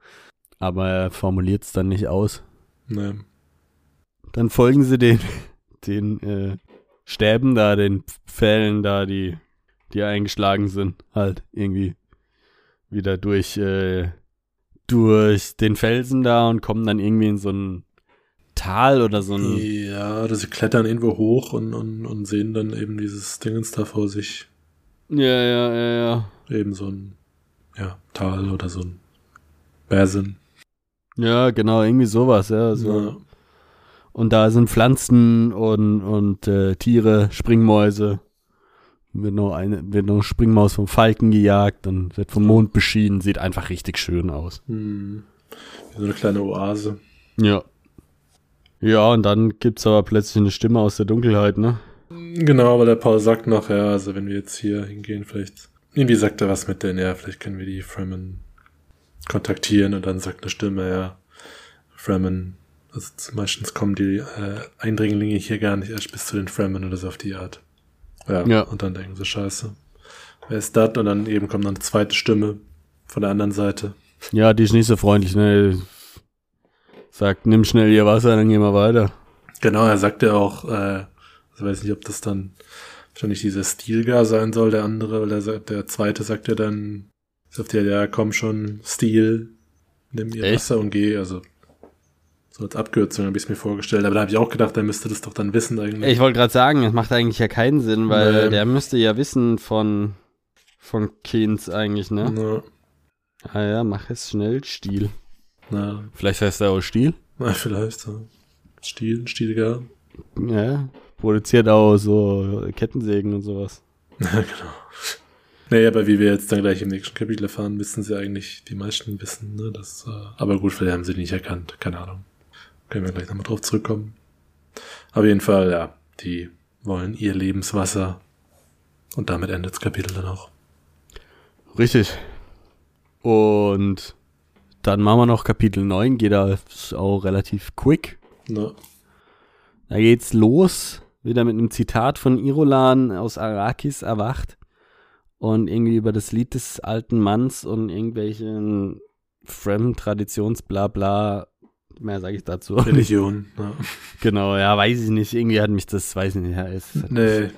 A: Aber er formuliert es dann nicht aus.
B: Ne.
A: Dann folgen sie den, den äh, Stäben da, den Pfählen da, die, die eingeschlagen sind, halt irgendwie wieder durch, äh, durch den Felsen da und kommen dann irgendwie in so ein Tal oder so ein.
B: Ja, dass sie klettern irgendwo hoch und, und, und sehen dann eben dieses Dingens da vor sich.
A: Ja, ja, ja, ja.
B: Eben so ein ja, Tal oder so ein Bersen.
A: Ja, genau, irgendwie sowas, ja. So.
B: Ja.
A: Und da sind Pflanzen und, und äh, Tiere, Springmäuse. Wird noch, eine, wird noch eine Springmaus vom Falken gejagt und wird vom Mond beschienen. Sieht einfach richtig schön aus.
B: Hm. Wie so eine kleine Oase.
A: Ja. Ja, und dann gibt's aber plötzlich eine Stimme aus der Dunkelheit, ne?
B: Genau, weil der Paul sagt noch, ja, also wenn wir jetzt hier hingehen, vielleicht. Irgendwie sagt er was mit denen, ja, vielleicht können wir die Fremen kontaktieren und dann sagt eine Stimme, ja, Fremen. Also meistens kommen die äh, Eindringlinge hier gar nicht erst bis zu den Fremen oder so auf die Art. Ja,
A: Ja.
B: Und dann denken sie, scheiße. Wer ist das? Und dann eben kommt noch eine zweite Stimme von der anderen Seite.
A: Ja, die ist nicht so freundlich, ne? Sagt, nimm schnell ihr Wasser, dann gehen wir weiter.
B: Genau, er sagt ja auch, äh, ich weiß nicht, ob das dann wahrscheinlich dieser Stilgar sein soll, der andere, weil der, sagt- der zweite sagt ja dann, sagt ja, ja, komm schon, Stil, nimm ihr
A: Echt?
B: Wasser und geh, also so als Abkürzung habe ich es mir vorgestellt, aber da habe ich auch gedacht, der müsste das doch dann wissen eigentlich.
A: Ich wollte gerade sagen, das macht eigentlich ja keinen Sinn, weil
B: Nee.
A: der müsste ja wissen von, von Keynes eigentlich, ne?
B: Ja.
A: Ah ja, mach es schnell, Stiel.
B: Na,
A: Vielleicht heißt er auch Stiel.
B: na vielleicht. Ja. Stiel, Stielgarn.
A: Ja, produziert auch so Kettensägen und sowas.
B: Ja, genau. Naja, aber wie wir jetzt dann gleich im nächsten Kapitel erfahren, wissen sie eigentlich, die meisten wissen, ne, dass, äh, aber gut, vielleicht haben sie die nicht erkannt, keine Ahnung. Können wir gleich nochmal drauf zurückkommen. Auf jeden Fall, ja, die wollen ihr Lebenswasser. Und damit endet das Kapitel dann auch.
A: Richtig. Und dann machen wir noch Kapitel 9, geht da ist auch relativ quick.
B: Ne?
A: Da geht's los, wieder mit einem Zitat von Irolan aus Arakis erwacht und irgendwie über das Lied des alten Manns und irgendwelchen fremden Traditionsblabla. Mehr sage ich dazu. auch nicht.
B: Religion, ne?
A: genau, ja, weiß ich nicht. Irgendwie hat mich das, weiß ich nicht, ja, es hat
B: Nee,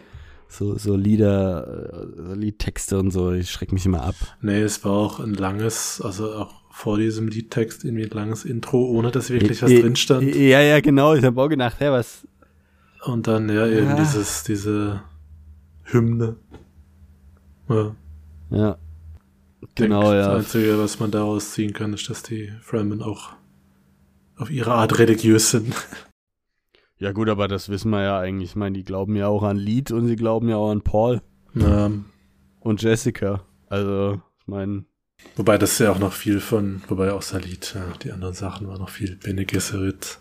A: so, so Lieder, äh, so Liedtexte und so, ich schreck mich immer ab.
B: nee, es war auch ein langes, also auch vor diesem Liedtext irgendwie ein langes Intro, ohne dass wirklich was
A: Äh,
B: drin stand.
A: äh, Ja, ja, genau. Ich habe auch gedacht, hä, was?
B: Und dann, ja, eben
A: Ja.
B: dieses, diese Hymne. Ja.
A: Ja. Genau,
B: denke,
A: ja.
B: Das Einzige, was man daraus ziehen kann, ist, dass die Fremen auch auf ihre Art religiös sind.
A: Ja, gut, aber das wissen wir ja eigentlich. Ich meine, die glauben ja auch an Lied und sie glauben ja auch an Paul
B: Ähm,
A: und Jessica. Also, ich meine,
B: wobei das ja auch noch viel von, wobei auch Salit, ja, die anderen Sachen waren noch viel Bene Gesserit,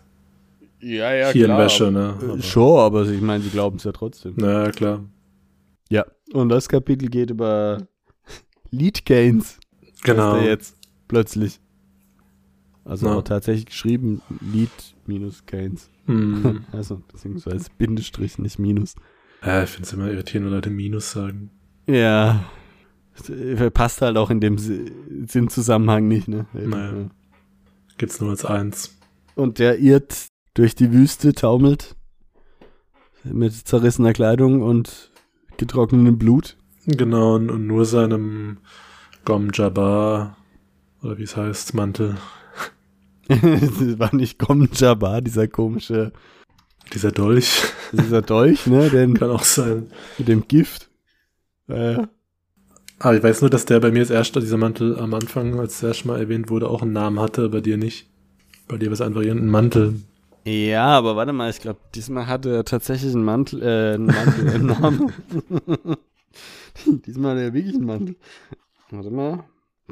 A: ja, ja,
B: Hirnwäsche, ne?
A: Aber,
B: Aber-
A: äh, schon, aber ich meine, sie glauben es ja trotzdem.
B: Na ja, klar.
A: Ja, und das Kapitel geht über Lead Gains.
B: Genau.
A: Ist der jetzt plötzlich. Also
B: Ja.
A: auch tatsächlich geschrieben Lead minus Gains.
B: Hm.
A: Also, beziehungsweise Bindestrich, nicht Minus.
B: Ja, ich finde es immer irritierend, wenn Leute Minus sagen.
A: Ja. Das Passt halt auch in dem Si- Sinnzusammenhang nicht, ne?
B: Naja. Gibt's nur als eins.
A: Und der irrt durch die Wüste, taumelt mit zerrissener Kleidung und getrocknetem Blut.
B: Genau, und und nur seinem Gom Jabbar, oder wie es heißt, Mantel,
A: das war nicht Gom Jabbar, dieser komische,
B: dieser Dolch,
A: dieser Dolch, ne? Den,
B: kann auch sein.
A: mit dem Gift. Äh,
B: Ah, ich weiß nur, dass der bei mir als erster, dieser Mantel am Anfang, als der erste Mal erwähnt wurde, auch einen Namen hatte, bei dir nicht. Bei dir war es einfach irgendein Mantel.
A: ja, aber warte mal, ich glaube, diesmal hatte er tatsächlich einen Mantel, äh, einen Mantel im Namen. diesmal hat er wirklich einen Mantel. Warte mal.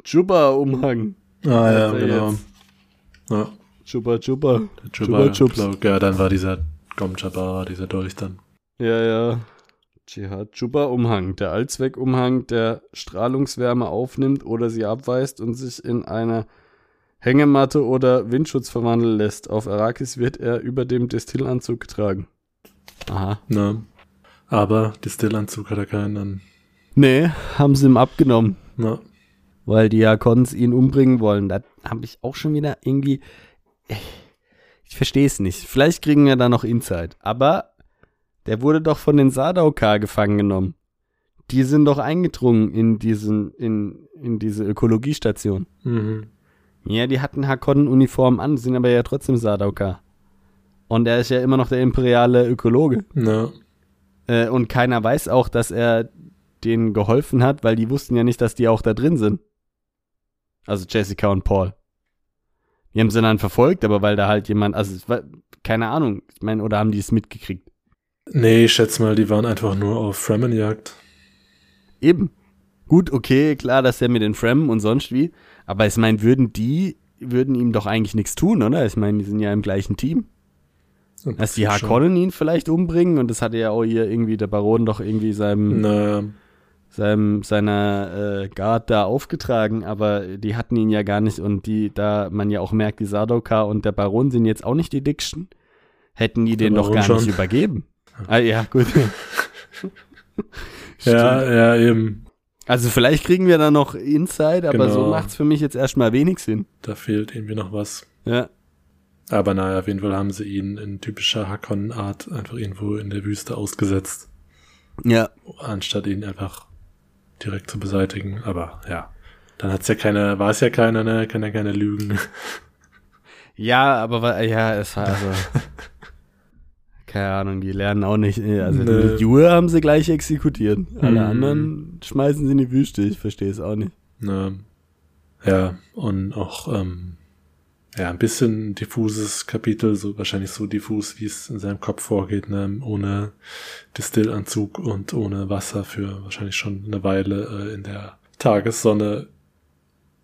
A: Jubba-Umhang.
B: Ah ja,
A: Also
B: genau.
A: jetzt.
B: Ja,
A: Chupa Chupa.
B: der
A: Chupa
B: Chupa,
A: Chups.
B: Glaub, ja, dann war dieser Gomchaba, dieser Dolch dann.
A: Ja, ja. Jihad Chupa Umhang. Der Allzweckumhang, der Strahlungswärme aufnimmt oder sie abweist und sich in eine Hängematte oder Windschutz verwandeln lässt. Auf Arakis wird er über dem Destillanzug getragen. Aha.
B: Ne? Aber Distillanzug hat er keinen an.
A: Nee, haben sie ihm abgenommen.
B: Na,
A: weil die Jakons ihn umbringen wollen. Da habe ich auch schon wieder irgendwie. Ich verstehe es nicht. Vielleicht kriegen wir da noch Insight. Aber der wurde doch von den Sardaukar gefangen genommen. Die sind doch eingedrungen in diesen, in, in diese Ökologiestation.
B: mhm.
A: Ja, die hatten Hakon-Uniform an, sind aber ja trotzdem Sardaukar. Und er ist ja immer noch der imperiale Ökologe.
B: Na,
A: Äh, und keiner weiß auch, dass er denen geholfen hat, weil die wussten ja nicht, dass die auch da drin sind. Also Jessica und Paul. Die haben sie dann verfolgt, aber weil da halt jemand, also es war, keine Ahnung, ich meine, oder haben die es mitgekriegt?
B: Nee, ich schätze mal, die waren einfach nur auf Fremenjagd.
A: Eben. Gut, okay, klar, dass er mit den Fremden und sonst wie, aber ich meine, würden die, würden ihm doch eigentlich nichts tun, oder? Ich meine, die sind ja im gleichen Team.
B: Und
A: Dass die
B: schon-
A: Harkonnen ihn vielleicht umbringen und das hatte ja auch hier irgendwie der Baron doch irgendwie seinem
B: Na,
A: seinem, seiner äh, Guard da aufgetragen, aber die hatten ihn ja gar nicht und die, da man ja auch merkt, die Sardaukar und der Baron sind jetzt auch nicht die dicksten, hätten die
B: Der
A: den doch
B: Baron
A: gar
B: schon.
A: nicht übergeben. Ah ja, gut. Stimmt.
B: ja, ja, eben.
A: Also vielleicht kriegen wir da noch Insight, aber so
B: Genau.
A: macht's für mich jetzt erstmal wenig Sinn.
B: Da fehlt irgendwie noch was.
A: Ja.
B: Aber naja, auf jeden Fall haben sie ihn in typischer Hakon-Art einfach irgendwo in der Wüste ausgesetzt,
A: Ja.
B: anstatt ihn einfach direkt zu beseitigen. Aber ja, dann hat's ja keine, war es ja keiner, ne? Kann ja keine Lügen.
A: Ja, aber wa- ja, es war also. keine Ahnung, die lernen auch nicht. äh, Also
B: Nö.
A: die Jure haben sie gleich exekutiert. Alle
B: Mhm.
A: anderen schmeißen sie in die Wüste, ich verstehe es auch nicht.
B: ne? Ja, und auch ähm, ja, ein bisschen diffuses Kapitel, so wahrscheinlich so diffus, wie es in seinem Kopf vorgeht, ne? ohne Distillanzug und ohne Wasser für wahrscheinlich schon eine Weile äh, in der Tagessonne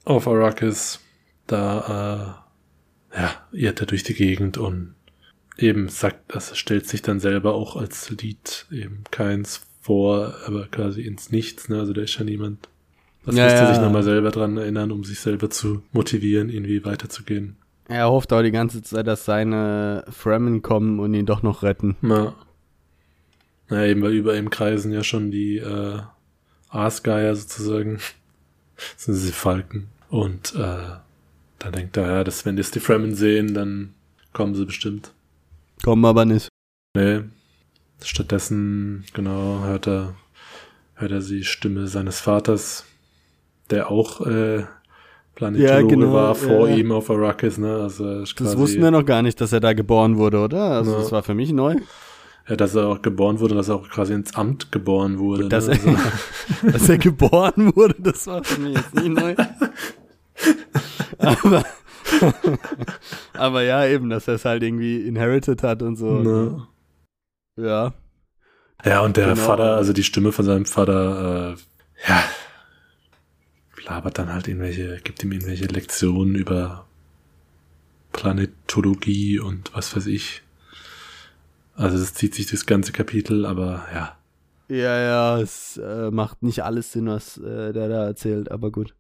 B: auf Arrakis. Da äh, ja, irrt er durch die Gegend und eben sagt, das stellt sich dann selber auch als Lied eben keins vor, aber quasi ins Nichts, ne? Also da ist ja niemand. Das
A: Ja,
B: müsste
A: ja.
B: sich nochmal selber dran erinnern, um sich selber zu motivieren, irgendwie weiterzugehen.
A: Er hofft auch die ganze Zeit, dass seine Fremen kommen und ihn doch noch retten.
B: Ja. Naja, eben, weil über ihm kreisen ja schon die äh, Aasgeier sozusagen. Das sind diese Falken. Und äh, dann denkt er, ja, dass wenn das die Fremen sehen, dann kommen sie bestimmt.
A: Kommen aber nicht.
B: Nee. Stattdessen, genau, hört er, hört er die Stimme seines Vaters, der auch äh, Planetologe
A: Ja, genau,
B: war vor
A: ja.
B: ihm auf Arrakis, ne? Also er ist
A: Das
B: quasi,
A: wussten wir noch gar nicht, dass er da geboren wurde, oder? Also
B: Ja.
A: das war für mich neu.
B: ja, dass er auch geboren wurde, dass er auch quasi ins Amt geboren wurde.
A: Dass
B: ne?
A: er,
B: also,
A: dass er geboren wurde, das war für mich jetzt nicht neu. Aber, aber ja, eben, dass er es halt irgendwie inherited hat und so.
B: ne?
A: Ja.
B: Ja, und der
A: Genau.
B: Vater, also die Stimme von seinem Vater, äh, ja, labert dann halt irgendwelche, gibt ihm irgendwelche Lektionen über Planetologie und was weiß ich. Also es zieht sich das ganze Kapitel, aber ja.
A: Ja, ja, es äh, macht nicht alles Sinn, was äh, der da erzählt, aber gut.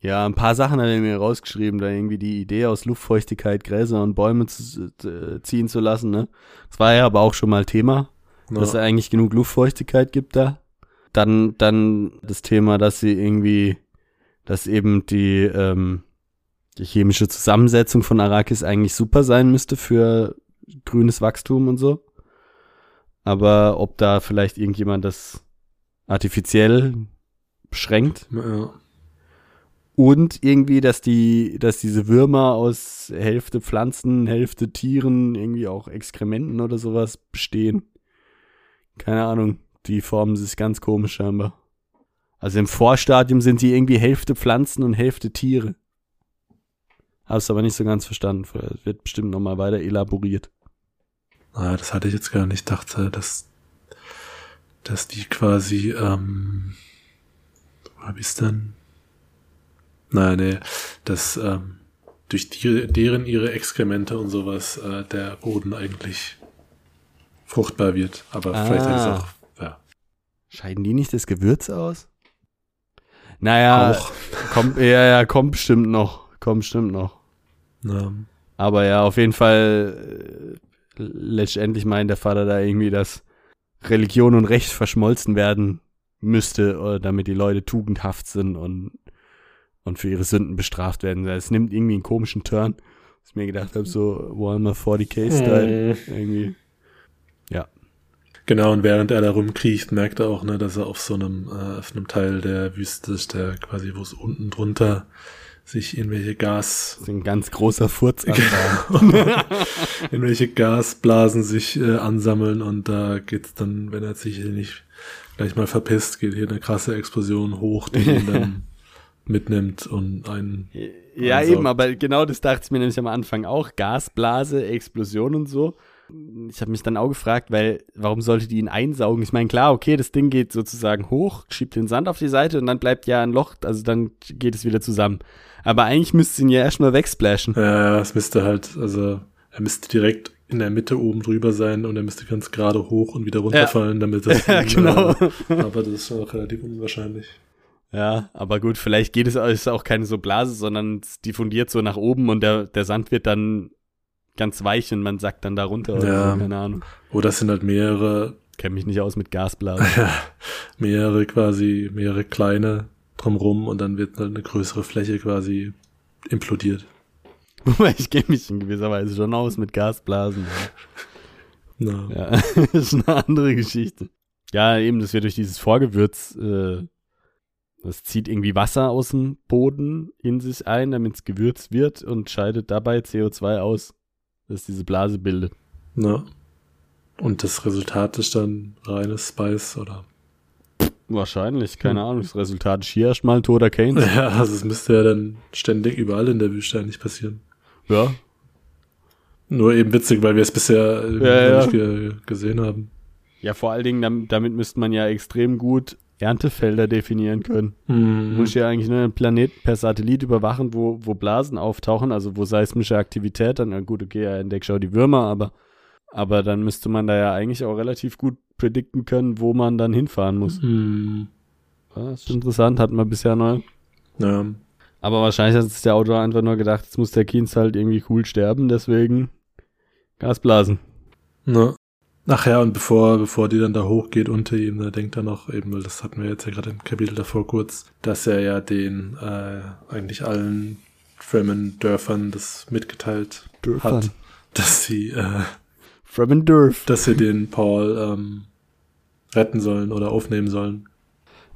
A: Ja, ein paar Sachen hat er mir rausgeschrieben, da irgendwie die Idee aus Luftfeuchtigkeit Gräser und Bäume zu, äh, ziehen zu lassen, ne? Das war ja aber auch schon mal Thema.
B: Na,
A: dass es eigentlich genug Luftfeuchtigkeit gibt da. Dann, dann das Thema, dass sie irgendwie, dass eben die, ähm, die chemische Zusammensetzung von Arrakis eigentlich super sein müsste für grünes Wachstum und so. Aber ob da vielleicht irgendjemand das artifiziell beschränkt
B: ja.
A: und irgendwie, dass die, dass diese Würmer aus Hälfte Pflanzen, Hälfte Tieren, irgendwie auch Exkrementen oder sowas bestehen. Keine Ahnung. Die formen sich ganz komisch scheinbar. Also im Vorstadium sind die irgendwie Hälfte Pflanzen und Hälfte Tiere. Hab's aber nicht so ganz verstanden. Wird bestimmt nochmal weiter elaboriert.
B: Ah, das hatte ich jetzt gar nicht. Ich dachte, dass, dass die quasi, ähm, wo hab ich's denn? Nein, nee, dass, ähm, durch die, deren ihre Exkremente und sowas, äh, der Boden eigentlich fruchtbar wird. Aber vielleicht hat es
A: Ah.
B: auch, ja,
A: Scheiden die nicht das Gewürz aus? Naja,
B: auch,
A: kommt, ja, ja, kommt bestimmt noch. Kommt bestimmt noch.
B: ähm,
A: Aber ja, auf jeden Fall, äh, letztendlich meint der Vater da irgendwie, dass Religion und Recht verschmolzen werden müsste, äh, damit die Leute tugendhaft sind und, und für ihre Sünden bestraft werden. Also Es nimmt irgendwie einen komischen Turn, was ich mir gedacht habe, so Warhammer
B: Äh.
A: 40k-Style irgendwie.
B: Genau, und während er da rumkriecht, merkt er auch, ne, dass er auf so einem, äh, auf einem Teil der Wüste ist, der quasi, wo es unten drunter sich irgendwelche Gas,
A: Das ist ein ganz großer Furz.
B: irgendwelche Gasblasen sich äh, ansammeln und da geht's dann, wenn er sich hier nicht gleich mal verpisst, geht hier eine krasse Explosion hoch, die ihn dann mitnimmt und einen.
A: Ja,
B: Also-
A: eben, aber genau das dachte ich mir nämlich am Anfang auch. Gasblase, Explosion und so. Ich habe mich dann auch gefragt, weil, warum sollte die ihn einsaugen? Ich meine, klar, okay, das Ding geht sozusagen hoch, schiebt den Sand auf die Seite und dann bleibt ja ein Loch, also dann geht es wieder zusammen. Aber eigentlich müsste ihn ja erstmal wegsplashen.
B: Ja, es müsste halt, also er müsste direkt in der Mitte oben drüber sein und er müsste ganz gerade hoch und wieder runterfallen, damit das.
A: Ja,
B: ihn,
A: genau.
B: Äh, aber das ist auch relativ unwahrscheinlich.
A: Ja, aber gut, vielleicht geht es ist auch keine so Blase, sondern es diffundiert so nach oben und der, der Sand wird dann ganz weich und man sackt dann da runter oder
B: Ja.
A: so, keine Ahnung.
B: Oh, das sind halt mehrere,
A: Kenn mich nicht aus mit Gasblasen.
B: mehrere quasi, mehrere kleine drumrum und dann wird halt eine größere Fläche quasi implodiert.
A: Wobei ich kenne mich in gewisser Weise schon aus mit Gasblasen.
B: Na,
A: Ja, das ist eine andere Geschichte. Ja, eben, dass wir durch dieses Vorgewürz, äh, das zieht irgendwie Wasser aus dem Boden in sich ein, damit es gewürzt wird und scheidet dabei CO2 aus, dass diese Blase bildet.
B: Ne? na. Und das Resultat ist dann reines Spice oder
A: Wahrscheinlich, keine Ahnung. Das Resultat ist hier erstmal ein toter Kane.
B: Ja, also es müsste ja dann ständig überall in der Wüste eigentlich passieren.
A: Ja.
B: Nur eben witzig, weil wir es bisher
A: Ja,
B: äh, noch
A: ja.
B: nicht ge gesehen haben.
A: Ja, vor allen Dingen, damit, damit müsste man ja extrem gut Erntefelder definieren können.
B: Mhm.
A: Muss ja eigentlich nur einen Planet per Satellit überwachen, wo, wo Blasen auftauchen, also wo seismische Aktivität, dann, ja gut, okay, er entdeckt schon die Würmer, aber, aber dann müsste man da ja eigentlich auch relativ gut predikten können, wo man dann hinfahren muss.
B: Mhm.
A: Ja, Das ist interessant, hatten wir bisher neu.
B: Ja.
A: Aber wahrscheinlich hat sich der Autor einfach nur gedacht, jetzt muss der Kienz halt irgendwie cool sterben, deswegen Gasblasen.
B: Ne. Ach ja, und bevor, bevor die dann da hochgeht unter ihm, da denkt er noch eben, weil das hatten wir jetzt ja gerade im Kapitel davor kurz, dass er ja den äh, eigentlich allen Fremen-Dörfern das mitgeteilt hat, dass sie, äh,
A: Fremen Dürf.
B: dass sie den Paul ähm, retten sollen oder aufnehmen sollen.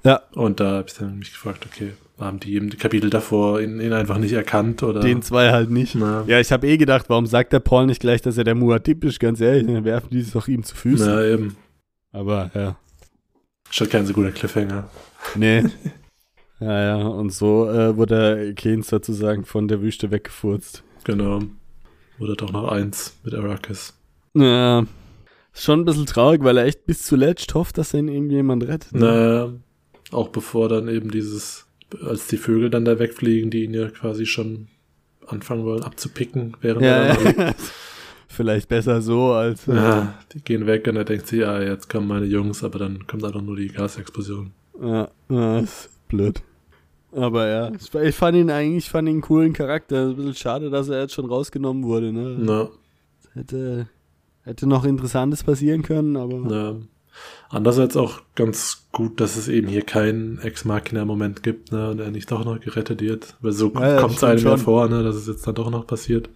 A: Ja.
B: Und da habe ich dann mich gefragt, okay, haben die im Kapitel davor ihn, ihn einfach nicht erkannt oder?
A: Den zwei halt nicht.
B: Na,
A: Ja, ich habe eh gedacht, warum sagt der Paul nicht gleich, dass er der Muatip ist? Ganz ehrlich, dann werfen die es doch ihm zu Füßen.
B: na eben.
A: Aber ja,
B: Schon kein so guter Cliffhanger.
A: nee. ja, ja, und so äh, wurde Keynes sozusagen von der Wüste weggefurzt.
B: Genau. Oder doch noch eins mit Arrakis.
A: Ja, ist schon ein bisschen traurig, weil er echt bis zuletzt hofft, dass ihn irgendjemand rettet. ne?
B: Naja, auch bevor dann eben dieses, als die Vögel dann da wegfliegen, die ihn ja quasi schon anfangen wollen abzupicken, während
A: Ja,
B: er dann,
A: ja. Vielleicht besser so als. äh,
B: ja, die gehen weg und er denkt sich, ja, jetzt kommen meine Jungs, aber dann kommt einfach nur die Gasexplosion.
A: Ja, ja, ist blöd. Aber ja, ich, ich fand ihn eigentlich ich fand ihn einen coolen Charakter. Ein bisschen schade, dass er jetzt schon rausgenommen wurde. Ne?
B: Na,
A: Hätte, hätte noch Interessantes passieren können, aber.
B: na. Andererseits auch ganz gut, dass es eben hier keinen Ex-Machina-Moment gibt, ne, und er nicht doch noch gerettet wird, weil so
A: Ja, ja,
B: kommt es
A: stimmt
B: einem ja
A: schon.
B: vor, ne, dass es jetzt dann doch noch passiert.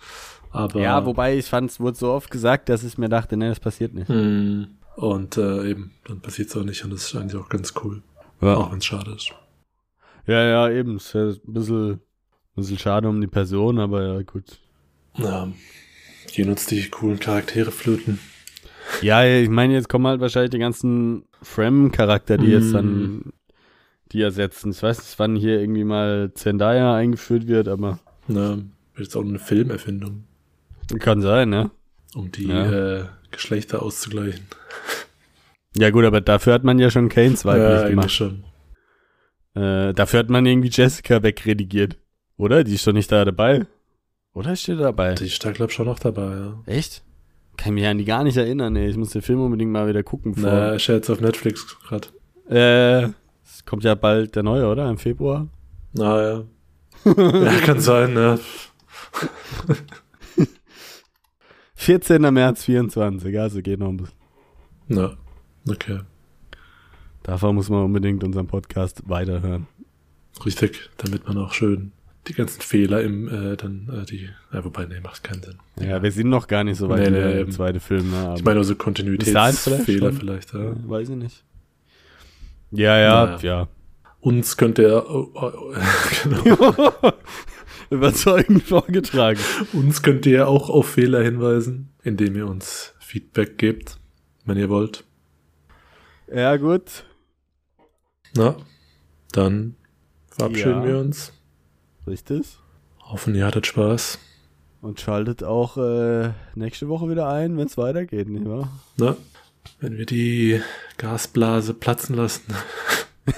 B: Aber
A: Ja, wobei ich fand, es wurde so oft gesagt, dass ich mir dachte, nee, das passiert nicht.
B: Hm. Und äh, eben, dann passiert es auch nicht und das ist eigentlich auch ganz cool. Auch wenn es schade ist.
A: Ja, ja, eben. Es ist ein bisschen, bisschen schade um die Person, aber ja, gut.
B: Ja. Gehen uns die coolen Charaktere flöten.
A: Ja, ich meine, jetzt kommen halt wahrscheinlich die ganzen Frem-Charakter, die jetzt
B: Mhm.
A: dann die ersetzen. Ich weiß nicht, wann hier irgendwie mal Zendaya eingeführt wird, aber
B: Na, wird jetzt auch eine Filmerfindung,
A: kann sein, ne?
B: um die
A: Ja.
B: äh, Geschlechter auszugleichen.
A: Ja gut, aber dafür hat man ja schon Kanes weiblich
B: eigentlich
A: gemacht.
B: schon. genau.
A: Äh, dafür hat man irgendwie Jessica wegredigiert. Oder? Die ist doch nicht da dabei. Oder ist die dabei?
B: Die ist da, glaube ich, schon noch dabei, ja.
A: Echt? Kann mich an die gar nicht erinnern, ey. Ich muss den Film unbedingt mal wieder gucken.
B: Na,
A: Vor.
B: ist ja jetzt auf Netflix gerade.
A: Äh, es kommt ja bald der neue, oder? Im Februar.
B: Na ja. ja, kann sein, ne?
A: 14. März 24, also geht noch ein bisschen.
B: Na, okay.
A: Davon muss man unbedingt unseren Podcast weiterhören.
B: Richtig, damit man auch schön die ganzen Fehler im, äh, dann, äh, die, ja, wobei, nee, macht keinen Sinn.
A: Ja, wir sind noch gar nicht so weit
B: Nee,
A: in
B: nee,
A: der
B: eben.
A: zweite Film. Ne? aber-
B: Ich meine, also
A: dahin vielleicht
B: Kontinuitätsfehler
A: schon.
B: vielleicht, ja.
A: Ja, Weiß ich nicht. Ja, ja,
B: Naja.
A: ja.
B: Uns könnte er, oh, oh, oh, genau,
A: Überzeugend vorgetragen.
B: uns könnt ihr auch auf Fehler hinweisen, indem ihr uns Feedback gebt, wenn ihr wollt.
A: Ja, gut.
B: Na, dann verabschieden
A: Ja.
B: wir uns.
A: Richtig.
B: Hoffen, ihr hattet Spaß.
A: Und schaltet auch äh, nächste Woche wieder ein, wenn es weitergeht, nicht wahr?
B: Na, wenn wir die Gasblase platzen lassen.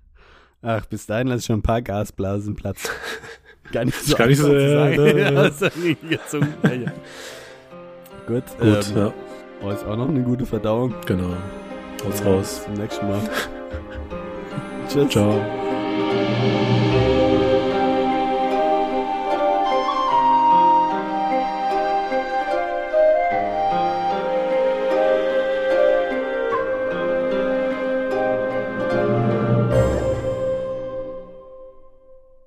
A: Ach, bis dahin lasse ich schon ein paar Gasblasen platzen. Gar nicht so,
B: Ist gar nicht so,
A: einfach zu
B: ja,
A: sagen.
B: ne,
A: Ja,
B: ja.
A: ist doch irgendwie gezogen. Ja, ja. Gut,
B: Gut,
A: ähm,
B: ja,
A: euch auch noch eine gute Verdauung.
B: genau. Haut's raus.
A: Bis zum nächsten Mal. Tschüss.
B: Ciao.